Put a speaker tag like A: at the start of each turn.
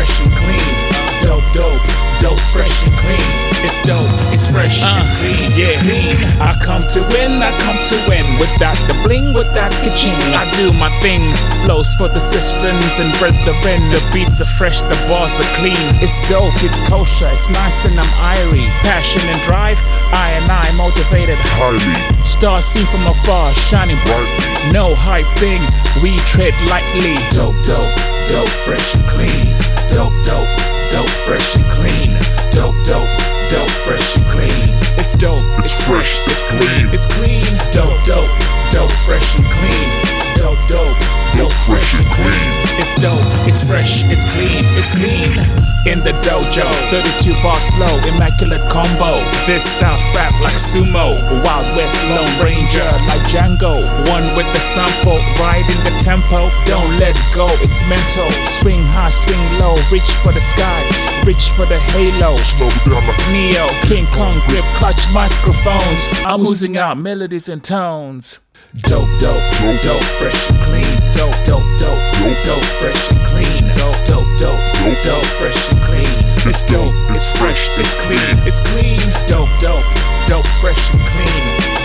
A: Uh. to win. Without the bling, without kitchen, I do my thing. Flows for the sisters and brethren. The beats are fresh, the bars are clean. It's dope, it's kosher, it's nice and I'm irie. Passion and drive, I and I motivated highly. Stars seen from afar, shining brightly. No hype thing, we tread lightly. Dope, dope, dope, fresh and clean. Dope, dope, dope, fresh and clean. Dope, dope, dope, fresh and clean. It's dope, it's fresh, it's clean. It's clean. Dope, dope, dope, fresh and clean. Dope, dope, dope, fresh and clean. It's dope, it's fresh, it's clean, it's clean. In the dojo, 32 bars flow, immaculate combo. This style fat like sumo, Wild West Lone Ranger like Django. One with the sample, riding the tempo. Don't let go, it's mental. Swing high, swing low, reach for the sky, reach for the halo. Neo, King Kong grip, clutch microphones. I'm oozing out melodies and tones. Dope, dope, dope, fresh and clean. Dope, dope, dope, dope, fresh and clean. Dope, dope, dope, dope, fresh and clean. It's dope, it's fresh, it's clean, it's clean. Dope, dope, dope, fresh and clean.